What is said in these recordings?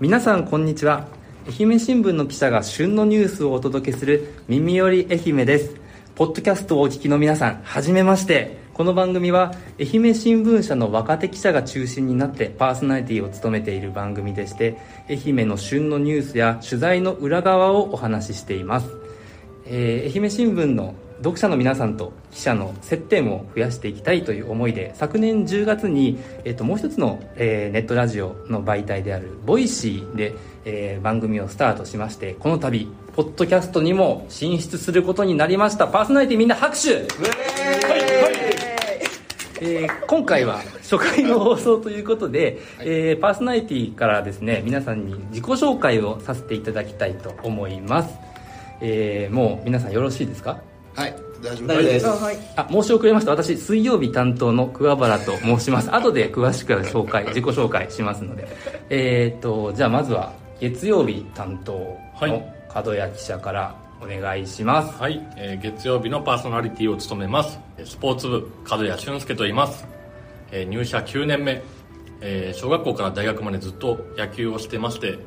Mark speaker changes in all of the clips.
Speaker 1: 皆さんこんにちは愛媛新聞の記者が旬のニュースをお届けする「耳より愛媛」ですポッドキャストをお聞きの皆さんはじめましてこの番組は愛媛新聞社の若手記者が中心になってパーソナリティを務めている番組でして愛媛の旬のニュースや取材の裏側をお話ししています、えー愛媛新聞の読者の皆さんと記者の接点を増やしていきたいという思いで昨年10月に、えっともう一つの、えーネットラジオの媒体であるボイシーで、えー番組をスタートしましてこの度ポッドキャストにも進出することになりましたパーソナリティみんな拍手えー今回は初回の放送ということで、えーパーソナリティからですね皆さんに自己紹介をさせていただきたいと思います、えーもう皆さんよろしいですか
Speaker 2: はい、大丈夫
Speaker 3: 大丈夫です
Speaker 2: は
Speaker 3: はい
Speaker 1: あ申し遅れました私水曜日担当の桑原と申します後で詳しくは紹介自己紹介しますのでえっ、とじゃあまずは月曜日担当
Speaker 4: は
Speaker 1: の
Speaker 4: い
Speaker 1: 角谷記者からお願いします、
Speaker 4: はい、えー月曜日のパーソナリティを務めますえースポーツ部角谷俊介と言います、えー入社9年目、えー小学校から大学までずっと野球をしてまして、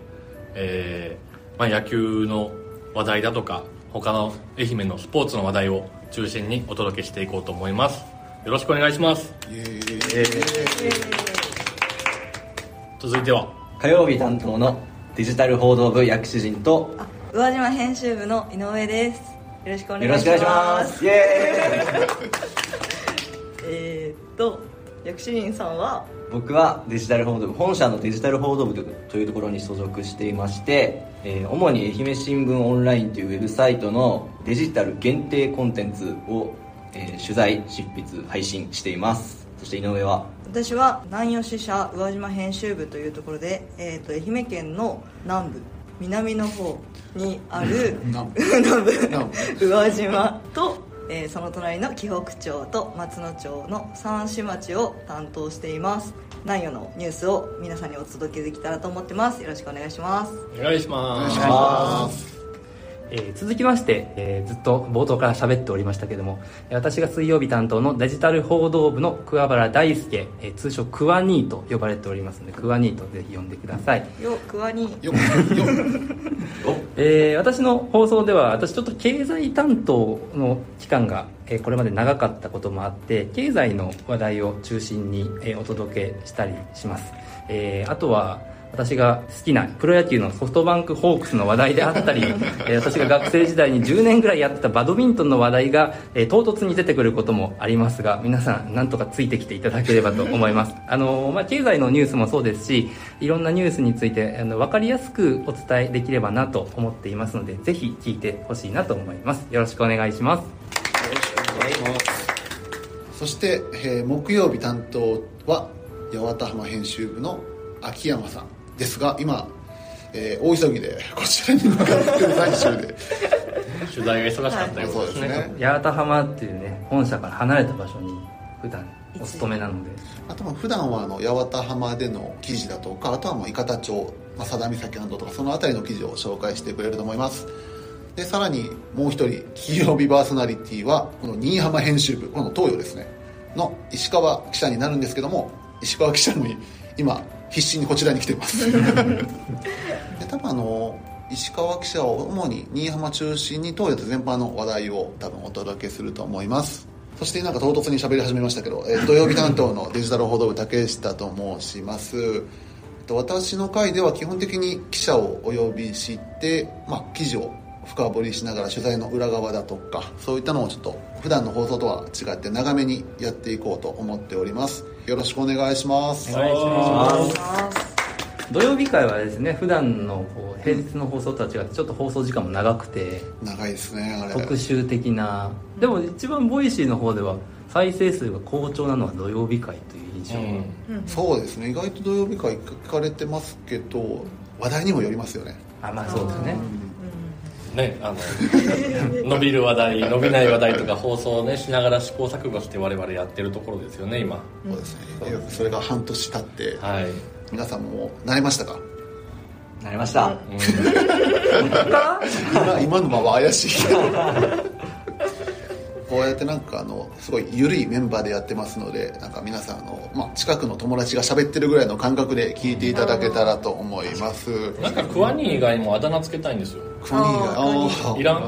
Speaker 4: えーまあ、野球の話題だとか他の愛媛のスポーツの話題を中心にお届けしていこうと思いますよろしくお願いします続いては
Speaker 3: 火曜日担当のデジタル報道部役主人と
Speaker 5: あ宇和島編集部の井上ですよろしくお願い
Speaker 3: よ
Speaker 5: しま
Speaker 3: ろし
Speaker 5: す
Speaker 3: くお願いしますイエーイ
Speaker 5: えーっと薬師林さんは
Speaker 3: 僕はデジタル報道部本社のデジタル報道部というところに所属していまして、えー主に愛媛新聞オンラインというウェブサイトのデジタル限定コンテンツを、えー取材執筆配信していますそして井上は
Speaker 5: 私は南吉社宇和島編集部というところで、えーっと愛媛県の南部南の方にある
Speaker 2: 南部
Speaker 5: 南部
Speaker 2: 南部
Speaker 5: 宇和島と、えーその隣の紀北町と松野町の三市町を担当しています南予のニュースを皆さんにお届けできたらと思ってますよろしくお願いします
Speaker 4: お願いします
Speaker 2: お願いします
Speaker 1: えー続きまして、えーずっと冒頭から喋っておりましたけどもえー私が水曜日担当のデジタル報道部の桑原大輔、えー通称クワニーと呼ばれておりますのでクワニーとぜひ呼んでください、
Speaker 5: よくわに
Speaker 2: よっよっ
Speaker 1: えー私の放送では私ちょっと経済担当の期間が、えーこれまで長かったこともあって経済の話題を中心に、えーお届けしたりします、えーあとは私が好きなプロ野球のソフトバンクホークスの話題であったり、え ー私が学生時代に10年ぐらいやってたバドミントンの話題が、えー唐突に出てくることもありますが皆さんなんとかついてきていただければと思います、 あのーまあ、経済のニュースもそうですしいろんなニュースについてあの分かりやすくお伝えできればなと思っていますのでぜひ聞いてほしいなと思いますよろしくお願いします
Speaker 2: そして、えー木曜日担当は八幡浜編集部の秋山さんですが今、えー大急ぎでこちらに向かってる最中で
Speaker 4: 取材が忙しかったよう
Speaker 2: そう
Speaker 4: で
Speaker 2: ですす
Speaker 4: ね、
Speaker 2: ね
Speaker 1: 八幡浜っていうね本社から離れた場所に普段お勤めなので
Speaker 2: あとまあ普段はあの八幡浜での記事だとかあとはもう伊方町、まあ、佐田岬などとかその辺りの記事を紹介してくれると思いますでさらにもう一人金曜日パーソナリティはこの新居浜編集部この東洋ですねの石川記者になるんですけども石川記者も今必死にこちらに来てますで多分あの石川記者を主に新居浜中心に東洋と全般の話題を多分お届けすると思いますそしてなんか唐突に喋り始めましたけど、えー土曜日担当のデジタル報道部竹下と申しますえっと私の会では基本的に記者をお呼びして、まあ、記事を深掘りしながら取材の裏側だとかそういったのをちょっと普段の放送とは違って長めにやっていこうと思っておりますよろしくお願いします、
Speaker 4: お願いします
Speaker 1: 土曜日会はですね普段のこう平日の放送とは違ってちょっと放送時間も長くて
Speaker 2: 長いですねあれ
Speaker 1: 特集的なでも一番ボイシーの方では再生数が好調なのは土曜日会という印象、
Speaker 4: うん
Speaker 2: そうですね意外と土曜日会聞かれてますけど話題にもよりますよね
Speaker 1: あまあそうですね
Speaker 4: ね、あの 伸びる話題伸びない話題とか放送をねしながら試行錯誤して我々やってるところですよね今
Speaker 2: そうですねよくそれが半年経って、
Speaker 4: はい、
Speaker 2: 皆さんも慣れましたか
Speaker 3: なりまし
Speaker 4: う
Speaker 3: た、
Speaker 4: ん
Speaker 2: 今今のまま怪しいけどこうやってなんかあのすごい緩いメンバーでやってますのでなんか皆さんあの、まあ、近くの友達が喋ってるぐらいの感覚で聞いていただけたらと思います
Speaker 4: なんかクワニー以外もあだ名つけたいんですよ
Speaker 2: クワニーが
Speaker 5: あー
Speaker 2: あ
Speaker 4: い
Speaker 2: ー
Speaker 4: らん
Speaker 6: あ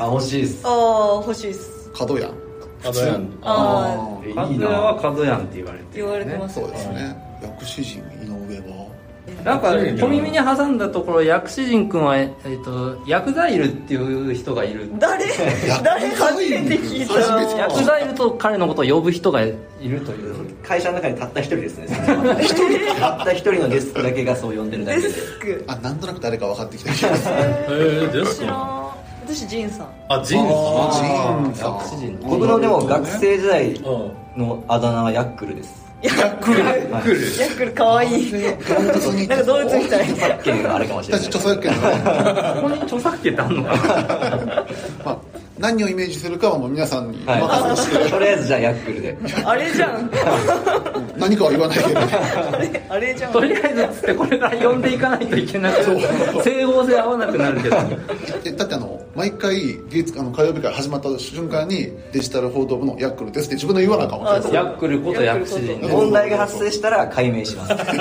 Speaker 3: あ欲しいっす
Speaker 5: ああ欲しいっす
Speaker 2: 角やん
Speaker 4: あだ名
Speaker 5: あ
Speaker 2: あ
Speaker 3: えいい
Speaker 1: カズヤはカズヤンって言われてる、
Speaker 5: 言われてます
Speaker 2: ーそうですね薬師人井上は
Speaker 1: なんか小耳に挟んだところ薬師人君は、えっと薬剤いるっていう人がいる
Speaker 5: 誰誰初めて聞い
Speaker 2: 初めて聞
Speaker 5: た
Speaker 2: い
Speaker 1: 薬剤いると彼のことを呼ぶ人がいるという
Speaker 3: 会社の中にたった一人ですね一人たった一人のデスクだけがそう呼んでるだ
Speaker 5: デ
Speaker 3: けで
Speaker 5: スク
Speaker 2: あなんとなく誰か分かってきた気がする
Speaker 4: えー、で
Speaker 5: 知
Speaker 4: す
Speaker 5: ら
Speaker 4: か
Speaker 5: ん私ジンさん
Speaker 4: あジン
Speaker 2: ジ
Speaker 4: さ
Speaker 2: ーン
Speaker 1: 薬師人
Speaker 3: 僕のでも学生時代
Speaker 4: んうん
Speaker 3: のあだ名はヤックルです
Speaker 5: ヤクルかわいいなんか動物みたい
Speaker 3: さっきのあれかもしれない
Speaker 2: 私著作権の
Speaker 1: こ
Speaker 2: ね
Speaker 1: こに著作権ってあんのかな
Speaker 2: まあ、何をイメージするかはもう皆さんにお任せして、
Speaker 3: はいとりあえずじゃあヤックルで
Speaker 5: あれじゃん
Speaker 2: 何かは言わないけど、ね、
Speaker 5: あれあれじゃん
Speaker 1: とりあえずっつってこれから呼んでいかないといけなくて整合性合わなくなるけど
Speaker 2: えだってあの毎回月あの火曜日から始まった瞬間にデジタル報道部のヤックルですって自分の言わなあかもしれない
Speaker 5: あそう
Speaker 1: ヤックルこと薬師人で
Speaker 2: ね
Speaker 3: 問題が発生したら解明します
Speaker 2: あの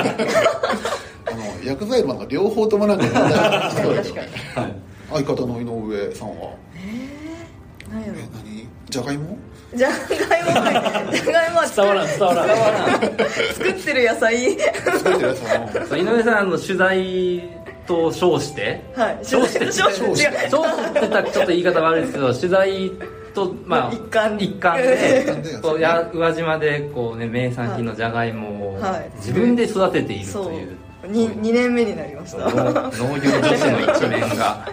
Speaker 2: 薬剤マンの両方ともなんか問題がありそうだけ
Speaker 5: 確
Speaker 2: ど
Speaker 5: かに
Speaker 2: 相方の井上さんは
Speaker 5: 何やろ
Speaker 2: え何じゃがいも
Speaker 5: じゃがいもがじゃがいもは作
Speaker 4: 伝わらん伝わらん
Speaker 5: 作ってる野菜
Speaker 2: 作ってるやつは
Speaker 1: そう井上さんあの取材と称して
Speaker 5: はい
Speaker 1: 称して
Speaker 5: 称して違う
Speaker 1: そうってたちょっと言い方悪いですけど取材とまあ
Speaker 5: 一環
Speaker 1: 一環で
Speaker 2: 環で
Speaker 1: こうや宇和島でこうね名産品のじゃがいもを
Speaker 5: はい
Speaker 1: 自分で育てている
Speaker 5: そ
Speaker 1: と
Speaker 5: う
Speaker 1: いう
Speaker 5: に2年目になりまし
Speaker 1: 農
Speaker 5: た
Speaker 1: 農業女子の一面が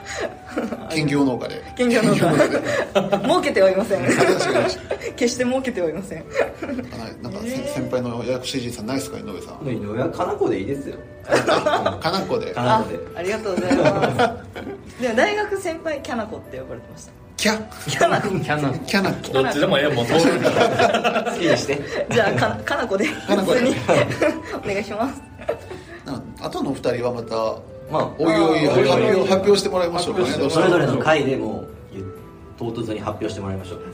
Speaker 2: 兼業農家で
Speaker 5: 兼業農家儲けてはいません
Speaker 2: 確かに
Speaker 5: 決して儲けてはいません
Speaker 2: あなんか先先輩の薬師人さんないですか井上さ ん
Speaker 3: 井上はかなこでいいですよ
Speaker 2: かなっこで
Speaker 3: かな
Speaker 5: あ
Speaker 3: こで
Speaker 5: ありがとうございますでも大学先輩キャナコって呼ばれてました
Speaker 2: キャ
Speaker 5: キャナコ
Speaker 1: キャナ
Speaker 2: キャナコ
Speaker 4: どっちでもええもう通るから
Speaker 3: 好きにして
Speaker 5: じゃあかかなこで普
Speaker 2: かなこ
Speaker 5: 通
Speaker 2: で
Speaker 5: にお願いします
Speaker 2: なんかあとのお二人はまた
Speaker 3: まあ
Speaker 2: おいおい
Speaker 3: あー
Speaker 2: 発表発表してもらいましょうかね
Speaker 4: 発
Speaker 2: どう
Speaker 4: 表
Speaker 2: し
Speaker 4: して
Speaker 3: そ
Speaker 2: も
Speaker 3: れぞれの回でもう唐突に発表してもらいましょう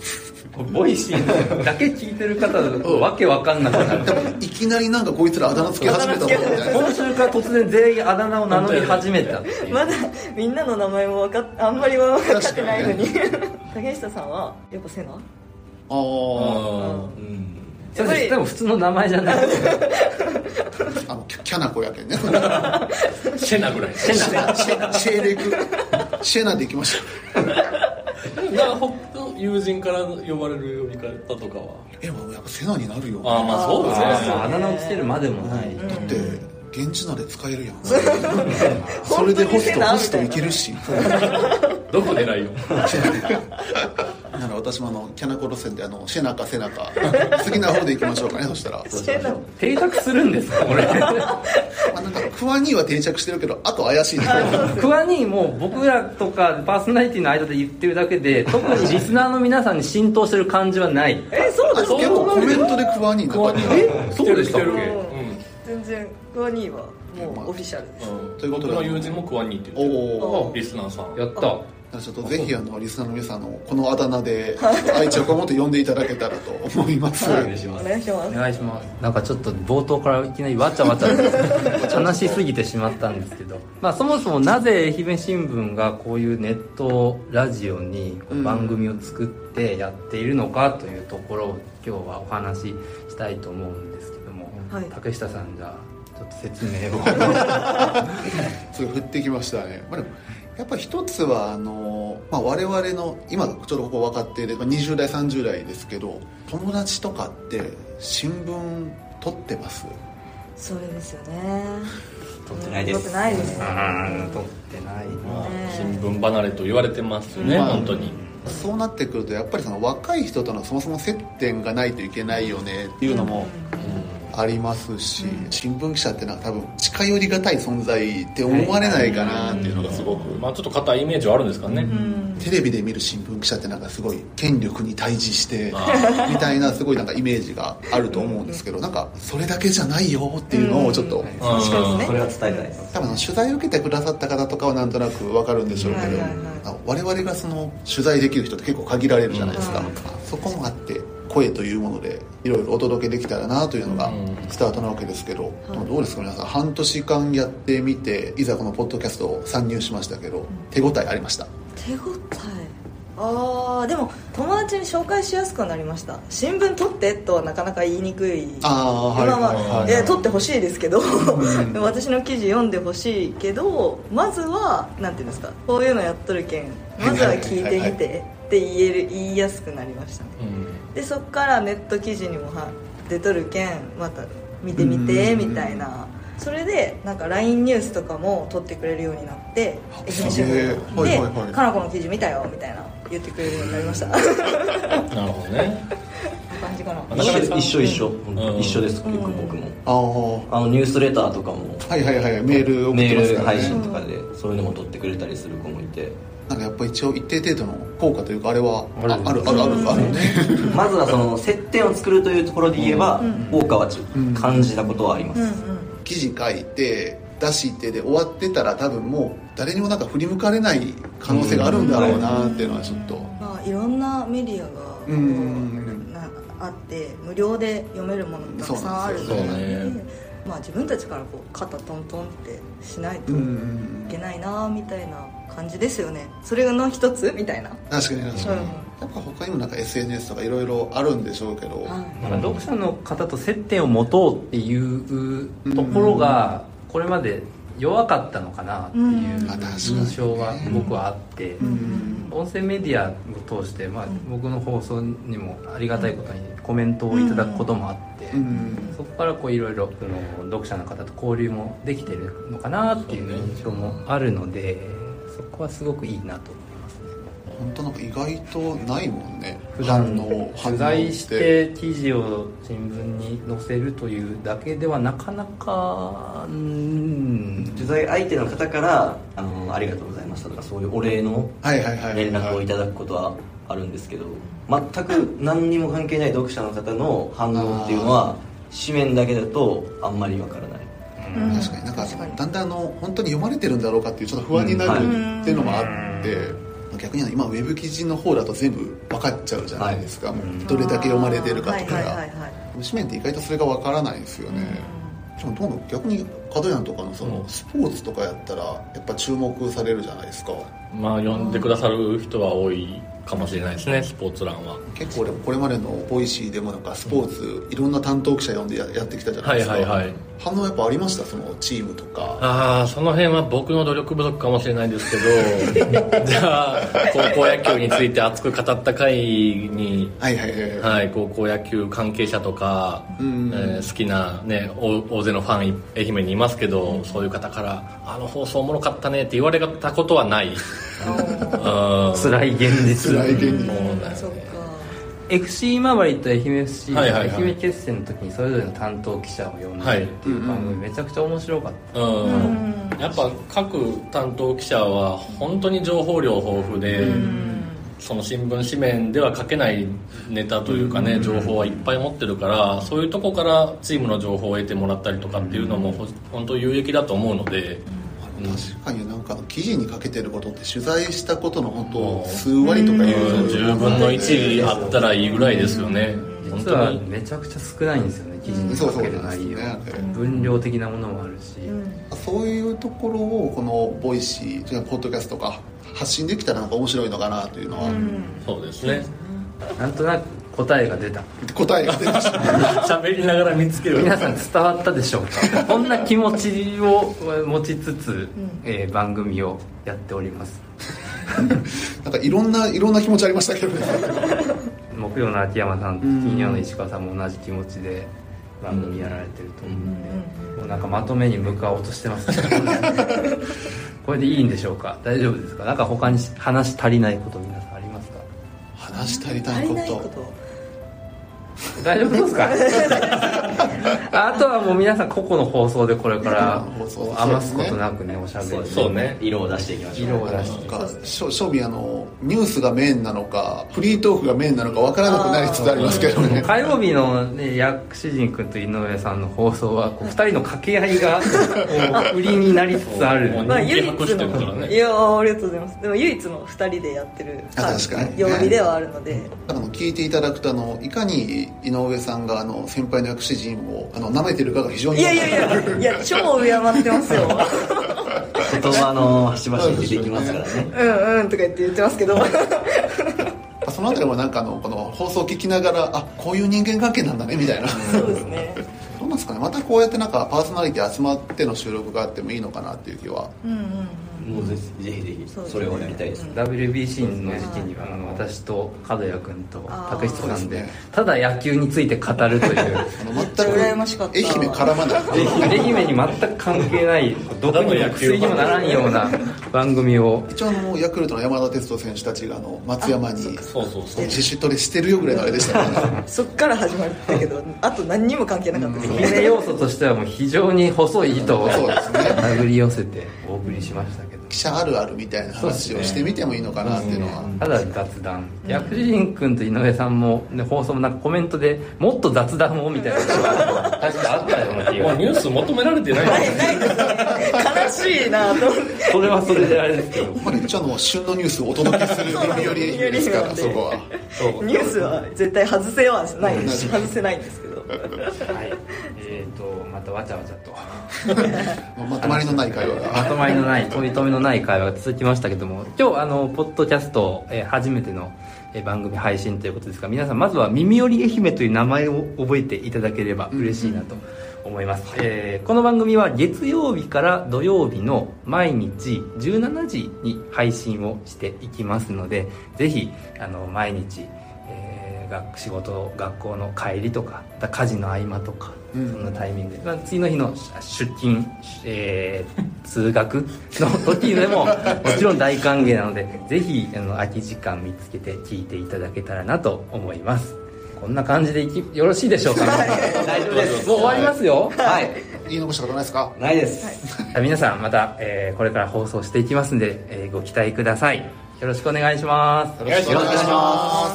Speaker 1: ボイシーだけ聞いてる方だとわけわかんなくなる
Speaker 2: いきなりなんかこいつらあだ名つけ始めたもんね
Speaker 1: 今週から突然全員あだ名を名乗り始めたっていう
Speaker 5: まだみんなの名前もわかっあんまりは分かってないのに竹下さんはやっぱセナ
Speaker 2: あ
Speaker 4: う
Speaker 3: うん
Speaker 1: それでも普通の名前じゃない
Speaker 2: ああのキャキャナコやけんね
Speaker 4: んシェナぐらい
Speaker 2: シェナシェナシェでいくシェナでいきましょう
Speaker 4: な他の友人から呼ばれる呼び方とかは
Speaker 2: えもうやっぱセナになるよ
Speaker 4: ああまあそうですね
Speaker 1: あだ名をつけるまでもない
Speaker 2: だって現地なで使えるや んそれでホス
Speaker 5: 本当にセ
Speaker 2: ト
Speaker 5: ナ
Speaker 2: ホストいけるし
Speaker 4: どこ狙いよ
Speaker 2: なら私もあのキャナコ路線であのシェナかセナか 次の方でいきましょうかねそしたら
Speaker 5: シェナ
Speaker 1: 定着するんですかこれ
Speaker 2: まあなんかクワニーは定着してるけどあと怪しいね
Speaker 1: クワニーも僕らとかパーソナリティの間で言ってるだけで特にリスナーの皆さんに浸透してる感じはない
Speaker 5: えそう
Speaker 2: あ
Speaker 5: だ
Speaker 2: と結構コメントでクワニーの中に
Speaker 4: えそうでしたっけ
Speaker 1: 来てる
Speaker 5: 全然クアニーはもうオフィシャルです
Speaker 4: うん
Speaker 2: ということで
Speaker 4: 僕の友人もクワニーって
Speaker 2: お
Speaker 4: 言ってる
Speaker 2: お
Speaker 4: リスナーさん
Speaker 1: やった
Speaker 2: だからちょっとぜひあのリスナーの皆さんのこのあだ名で愛着を持って呼んでいただけたらと思います
Speaker 3: お願いしま
Speaker 5: お
Speaker 3: す
Speaker 5: 願いしま
Speaker 1: お
Speaker 5: す
Speaker 1: 願いしますなんかちょっと冒頭からいきなりわちゃわちゃ話しすぎてしまったんですけど、まあ、そもそもなぜ愛媛新聞がこういうネットラジオにこう番組を作ってやっているのかというところを今日はお話ししたいと思うんですけども、
Speaker 5: はい
Speaker 1: 竹下さんじゃあちょっと説 明を
Speaker 2: すごい降ってきましたね、まあ、でもやっぱ一つはあの、まあ、我々の今ちょっとここ分かっているまあ20代30代ですけど友達とかって新聞取ってます
Speaker 5: それですよね
Speaker 3: 撮ってないです
Speaker 5: 撮ってないですね
Speaker 1: うん撮ってないな
Speaker 4: まあ
Speaker 5: ね
Speaker 4: 新聞離れと言われてますね
Speaker 2: うん
Speaker 4: 本当に
Speaker 2: そうなってくるとやっぱりその若い人とのそもそも接点がないといけないよねっていうのもありますし、新聞記者ってのは多分近寄りがたい存在って思われないかなっていうのがすごく、
Speaker 4: まあちょっと硬いイメージはあるんですかね
Speaker 2: テレビで見る新聞記者ってなんかすごい権力に対峙してみたいなすごいなんかイメージがあると思うんですけどなんかそれだけじゃないよっていうのをちょっと
Speaker 5: 確かにね
Speaker 3: それは伝えたいです
Speaker 2: 多分取材を受けてくださった方とかはなんとなくわかるんでしょうけど
Speaker 5: はいはいはい
Speaker 2: 我々がその取材できる人って結構限られるじゃないですかそこもあって声というものでいろいろお届けできたらなというのが
Speaker 4: うん
Speaker 2: スタートなわけですけど、でもどうですか皆さん半年間やってみていざこのポッドキャストを参入しましたけど手応えありました
Speaker 5: 手応えあーでも友達に紹介しやすくはなりました新聞取ってとはなかなか言いにくい
Speaker 2: あーはい
Speaker 5: まあま
Speaker 2: は
Speaker 5: あ
Speaker 2: いはい
Speaker 5: いや取ってほしいですけど私の記事読んでほしいけどまずはなんていうんですかこういうのやっとるけんまずは聞い
Speaker 2: はいは
Speaker 5: て
Speaker 2: いはいはい
Speaker 5: みてって言える言いやすくなりましたねでそっからネット記事にもは出とるけんまた見てみて
Speaker 2: うんうんうん
Speaker 5: みたいなそれでなんか LINE ニュースとかも撮ってくれるようになって
Speaker 2: あ
Speaker 5: 愛媛新聞
Speaker 2: すげえ
Speaker 5: で
Speaker 2: はいはいはい
Speaker 5: 「かなこの記事見たよ」みたいな言ってくれるようになりましたこん
Speaker 4: なるほどね
Speaker 5: な感じかな
Speaker 4: なかなか
Speaker 3: 一緒一緒、
Speaker 4: うん
Speaker 3: 一緒です結構
Speaker 5: うん
Speaker 3: 僕も
Speaker 2: ああ
Speaker 3: あのニュースレターとかも
Speaker 2: はいはいはいメール送っ
Speaker 3: メ
Speaker 2: てます
Speaker 3: ー
Speaker 2: か
Speaker 3: ル
Speaker 2: ら
Speaker 3: 配
Speaker 2: ね
Speaker 3: 信とかでそういうのも取ってくれたりする子もいて
Speaker 2: なんかやっぱ一応一定程度の効果というかあれはああるあるあるあるね
Speaker 3: まずはその接点を作るというところで言えば、効果はち
Speaker 2: うん
Speaker 3: 感じたことはありま
Speaker 5: う
Speaker 3: す、
Speaker 5: んうん
Speaker 2: 記事書いて出してで終わってたら多分もう誰にもなんか振り向かれない可能性があるんだろうなっていうのはちょっと
Speaker 5: まあいろんなメディアがこう
Speaker 2: うん
Speaker 5: なあって無料で読めるものたくさんある
Speaker 2: そう
Speaker 5: の
Speaker 4: なんですよ
Speaker 5: で
Speaker 4: そうね
Speaker 5: まあ自分たちからこう肩トントンってしないと
Speaker 2: う
Speaker 5: い
Speaker 2: ん
Speaker 5: けないなみたいな感じですよねそれの一つみたいな
Speaker 2: 確かに確かに
Speaker 5: うん
Speaker 2: やっぱ他にもなんか SNS とかいろいろあるんでしょうけど
Speaker 5: はい
Speaker 1: なんか読者の方と接点を持とうっていうところがこれまで弱かったのかなっていう
Speaker 5: うん
Speaker 2: あ確かに
Speaker 1: 印象は僕はあって
Speaker 5: うん
Speaker 1: 音声メディアを通して、まあ、僕の放送にもありがたいことにコメントをいただくこともあって
Speaker 2: うん
Speaker 1: そこからこういろいろその読者の方と交流もできてるのかなっていう印象もあるのでそこはすごくいいなと思いますね。
Speaker 2: 本当なんか意外とないもんね
Speaker 1: 普段
Speaker 2: 反応
Speaker 1: 取材して記事を新聞に載せるというだけではなかなかうん
Speaker 3: 取材相手の方からあの「ありがとうございました」とかそういうお礼の
Speaker 2: はいはいはい
Speaker 3: 連絡をいただくことはあるんですけど全く何にも関係ない読者の方の反応っていうのは紙面だけだとあんまりわからない
Speaker 5: うん
Speaker 2: 確かになんか
Speaker 5: 確かに
Speaker 2: だんだんあの本当に読まれてるんだろうかっていうちょっと不安になる
Speaker 5: うん
Speaker 2: っていうのもあって、逆にあの今ウェブ記事の方だと全部分かっちゃうじゃないですか、もうどれだけ読まれてるかとか
Speaker 5: はいはいはい
Speaker 2: が
Speaker 5: はい
Speaker 2: 紙面って意外とそれが分からないですよね、でもどうも逆に角谷とかのその
Speaker 4: うん
Speaker 2: スポーツとかやったらやっぱ注目されるじゃないですか
Speaker 4: まあ呼んでくださる人は多いかもしれないですねスポーツ欄は
Speaker 2: 結構でもこれまでのボイシーでもなんかスポーツいろんな担当記者呼んでややってきたじゃない
Speaker 4: は
Speaker 2: で
Speaker 4: い
Speaker 2: すか、
Speaker 4: はいはい
Speaker 2: 反応やっぱありましたそのチームとか
Speaker 4: ああその辺は僕の努力不足かもしれないですけ どじゃあ高校野球について熱く語った回に、
Speaker 2: はいはいはいはい
Speaker 4: はい、高校野球関係者とか、
Speaker 2: うん
Speaker 4: えー好きな、ね、大大勢のファンい愛媛にいますけどそういう方から「あの放送おもろかったね」って言われたことは ないうん
Speaker 1: 辛い現実
Speaker 2: 辛い現実
Speaker 4: そうだよね
Speaker 5: そっか
Speaker 1: FC 今治と愛媛 FC の
Speaker 4: はいはい
Speaker 1: 愛
Speaker 4: はい
Speaker 1: 媛決戦の時にそれぞれの担当記者を呼んでるっていう番組めちゃくちゃ面白かっ
Speaker 4: うんやっぱ各担当記者は本当に情報量豊富で、その新聞紙面では書けないネタというかね、情報はいっぱい持ってるからそういうとこからチームの情報を得てもらったりとかっていうのもほ本当有益だと思うので、
Speaker 2: 確かになんか記事にかけてることって取材したことの本当数割とかいう
Speaker 4: うん10分の1あったらいいぐらいですよね、
Speaker 1: た
Speaker 4: 本
Speaker 1: 実
Speaker 4: 当
Speaker 1: は
Speaker 4: に
Speaker 1: めちゃくちゃ少ないんですよね記事に
Speaker 2: そう
Speaker 1: か
Speaker 2: そう
Speaker 1: ける内容
Speaker 2: なんですね
Speaker 1: 分量的なものもあるし、
Speaker 2: そういうところをこのボイシーというかポッドキャストとか発信できたらなんか面白いのかなというのは、
Speaker 4: そうですね
Speaker 1: なんとなく答えが出た
Speaker 2: 答えが出ま した
Speaker 4: 喋りながら見つける
Speaker 1: 皆さん伝わったでしょうかこんな気持ちを持ちつつ、えー番組をやっております
Speaker 2: なんかいろんないろんな気持ちありましたけどね
Speaker 1: 木曜の秋山さんと
Speaker 2: うん
Speaker 1: 金曜の石川さんも同じ気持ちで番組やられてると思うんで、もうなんかまとめに向かおうとしてますね これでいいんでしょうか大丈夫ですかなんか他に話足りないこと皆さんありますか
Speaker 2: 話し足りた
Speaker 5: 足
Speaker 2: い
Speaker 5: り
Speaker 2: こ
Speaker 5: ない
Speaker 2: と
Speaker 5: こと
Speaker 1: 大丈夫ですかあ あとはもう皆さん個々の放送でこれから
Speaker 2: 個々の放送で
Speaker 1: 余すことなくねおしゃべり
Speaker 4: そうね
Speaker 3: 色を出していきましょう
Speaker 1: 色を出
Speaker 2: な
Speaker 1: し
Speaker 2: ん
Speaker 1: て
Speaker 2: か正味あのニュースがメインなのかフリートークがメインなのかわからなくなりつつありますけ どね
Speaker 1: 火曜日の、ね、薬師陣君と井上さんの放送はこう2人の掛け合い がこう売りになりつつある
Speaker 4: そう
Speaker 5: まあ
Speaker 4: 人
Speaker 5: 唯
Speaker 4: 気
Speaker 5: 一
Speaker 4: 博してるから
Speaker 5: の
Speaker 4: ね
Speaker 5: いやーありがとうございますでも唯一の2人でやってる
Speaker 2: あ確かに
Speaker 5: 曜日ではあるので、
Speaker 2: あの聞いていただくとあのいかに井上さんがあの先輩の薬師陣をあの舐めてるかが非常に
Speaker 5: いやいやいやいや超敬ってますよ
Speaker 3: 言葉の端々に出てきますからね
Speaker 5: うんうんとか言って言ってますけど
Speaker 2: そのあたりもなんかあのこの放送を聞きながらあこういう人間関係なんだねみたいな
Speaker 5: そうですね
Speaker 2: どうなんですかねまたこうやってなんかパーソナリティ集まっての収録があってもいいのかなっていう気は
Speaker 5: うんうんうん
Speaker 3: もうぜひぜひぜひ
Speaker 5: そうです
Speaker 3: そ
Speaker 5: ね
Speaker 3: れをやりたいですね
Speaker 1: WBC の時期にはあの私と角谷君と竹下さんで
Speaker 2: あーそうですね
Speaker 1: ただ野球について語るという
Speaker 2: あの全く
Speaker 5: ちゃ羨ましかった
Speaker 2: 愛媛絡まない
Speaker 1: 愛媛に全く関係ないどこにも薬にもならんような番組を
Speaker 2: 一応あのヤクルトの山田哲人選手たちがあの松山に
Speaker 4: そうそうそう
Speaker 2: 自主トレしてるよぐらいのあれでしたからね
Speaker 5: そっから始まったけどあと何にも関係なかったです
Speaker 1: 愛媛要素としてはもう非常に細い糸を
Speaker 2: そうですね
Speaker 1: 殴り寄せてお送りしましたけど
Speaker 2: 記者あるあるみたいな話をしてみてもいいのかなっていうのは
Speaker 1: ただ雑談薬師陣君と井上さんも、ね、放送もなんかコメントでもっと雑談をみたいなことが確かあったような気
Speaker 4: もう
Speaker 1: が
Speaker 4: ニュース求められてない
Speaker 5: ないないですね悲しいなと思って
Speaker 1: それはそれであれですけど
Speaker 2: まあ一応あの旬のニュースをお届けする耳より愛媛ですから
Speaker 5: 耳
Speaker 2: そ
Speaker 5: より
Speaker 2: こは
Speaker 4: そう
Speaker 5: ニュースは絶対外せはないですし外せないんですけど
Speaker 1: はいえー、とまたわちゃわちゃと
Speaker 2: まあまとまりのない会話
Speaker 1: ま
Speaker 2: が
Speaker 1: とまりのない取り留めのない会話が続きましたけども今日あのポッドキャスト、えー初めてのえー番組配信ということですが皆さんまずは「耳より愛媛」という名前を覚えていただければ嬉しいなと思います、えーこの番組は月曜日から土曜日の毎日17時に配信をしていきますのでぜひあの毎日、えー学仕事学校の帰りとかまた家事の合間とか、
Speaker 2: うん
Speaker 1: そんなタイミングで、まあ、次の日のあ出勤、えー通学の 時でももちろん大歓迎なのでぜひあの空き時間見つけて聞いていただけたらなと思いますこんな感じでいきよろしいでしょうか、
Speaker 3: 大丈夫です
Speaker 1: もう終わりますよ、
Speaker 3: はい
Speaker 2: 言い残したことないですか
Speaker 3: ないです、
Speaker 1: 皆さんまた、えーこれから放送していきますんで、えーご期待くださいよろしくお願いします
Speaker 2: よろしくお願いします
Speaker 4: は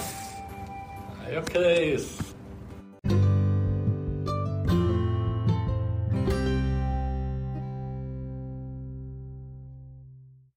Speaker 4: い OK です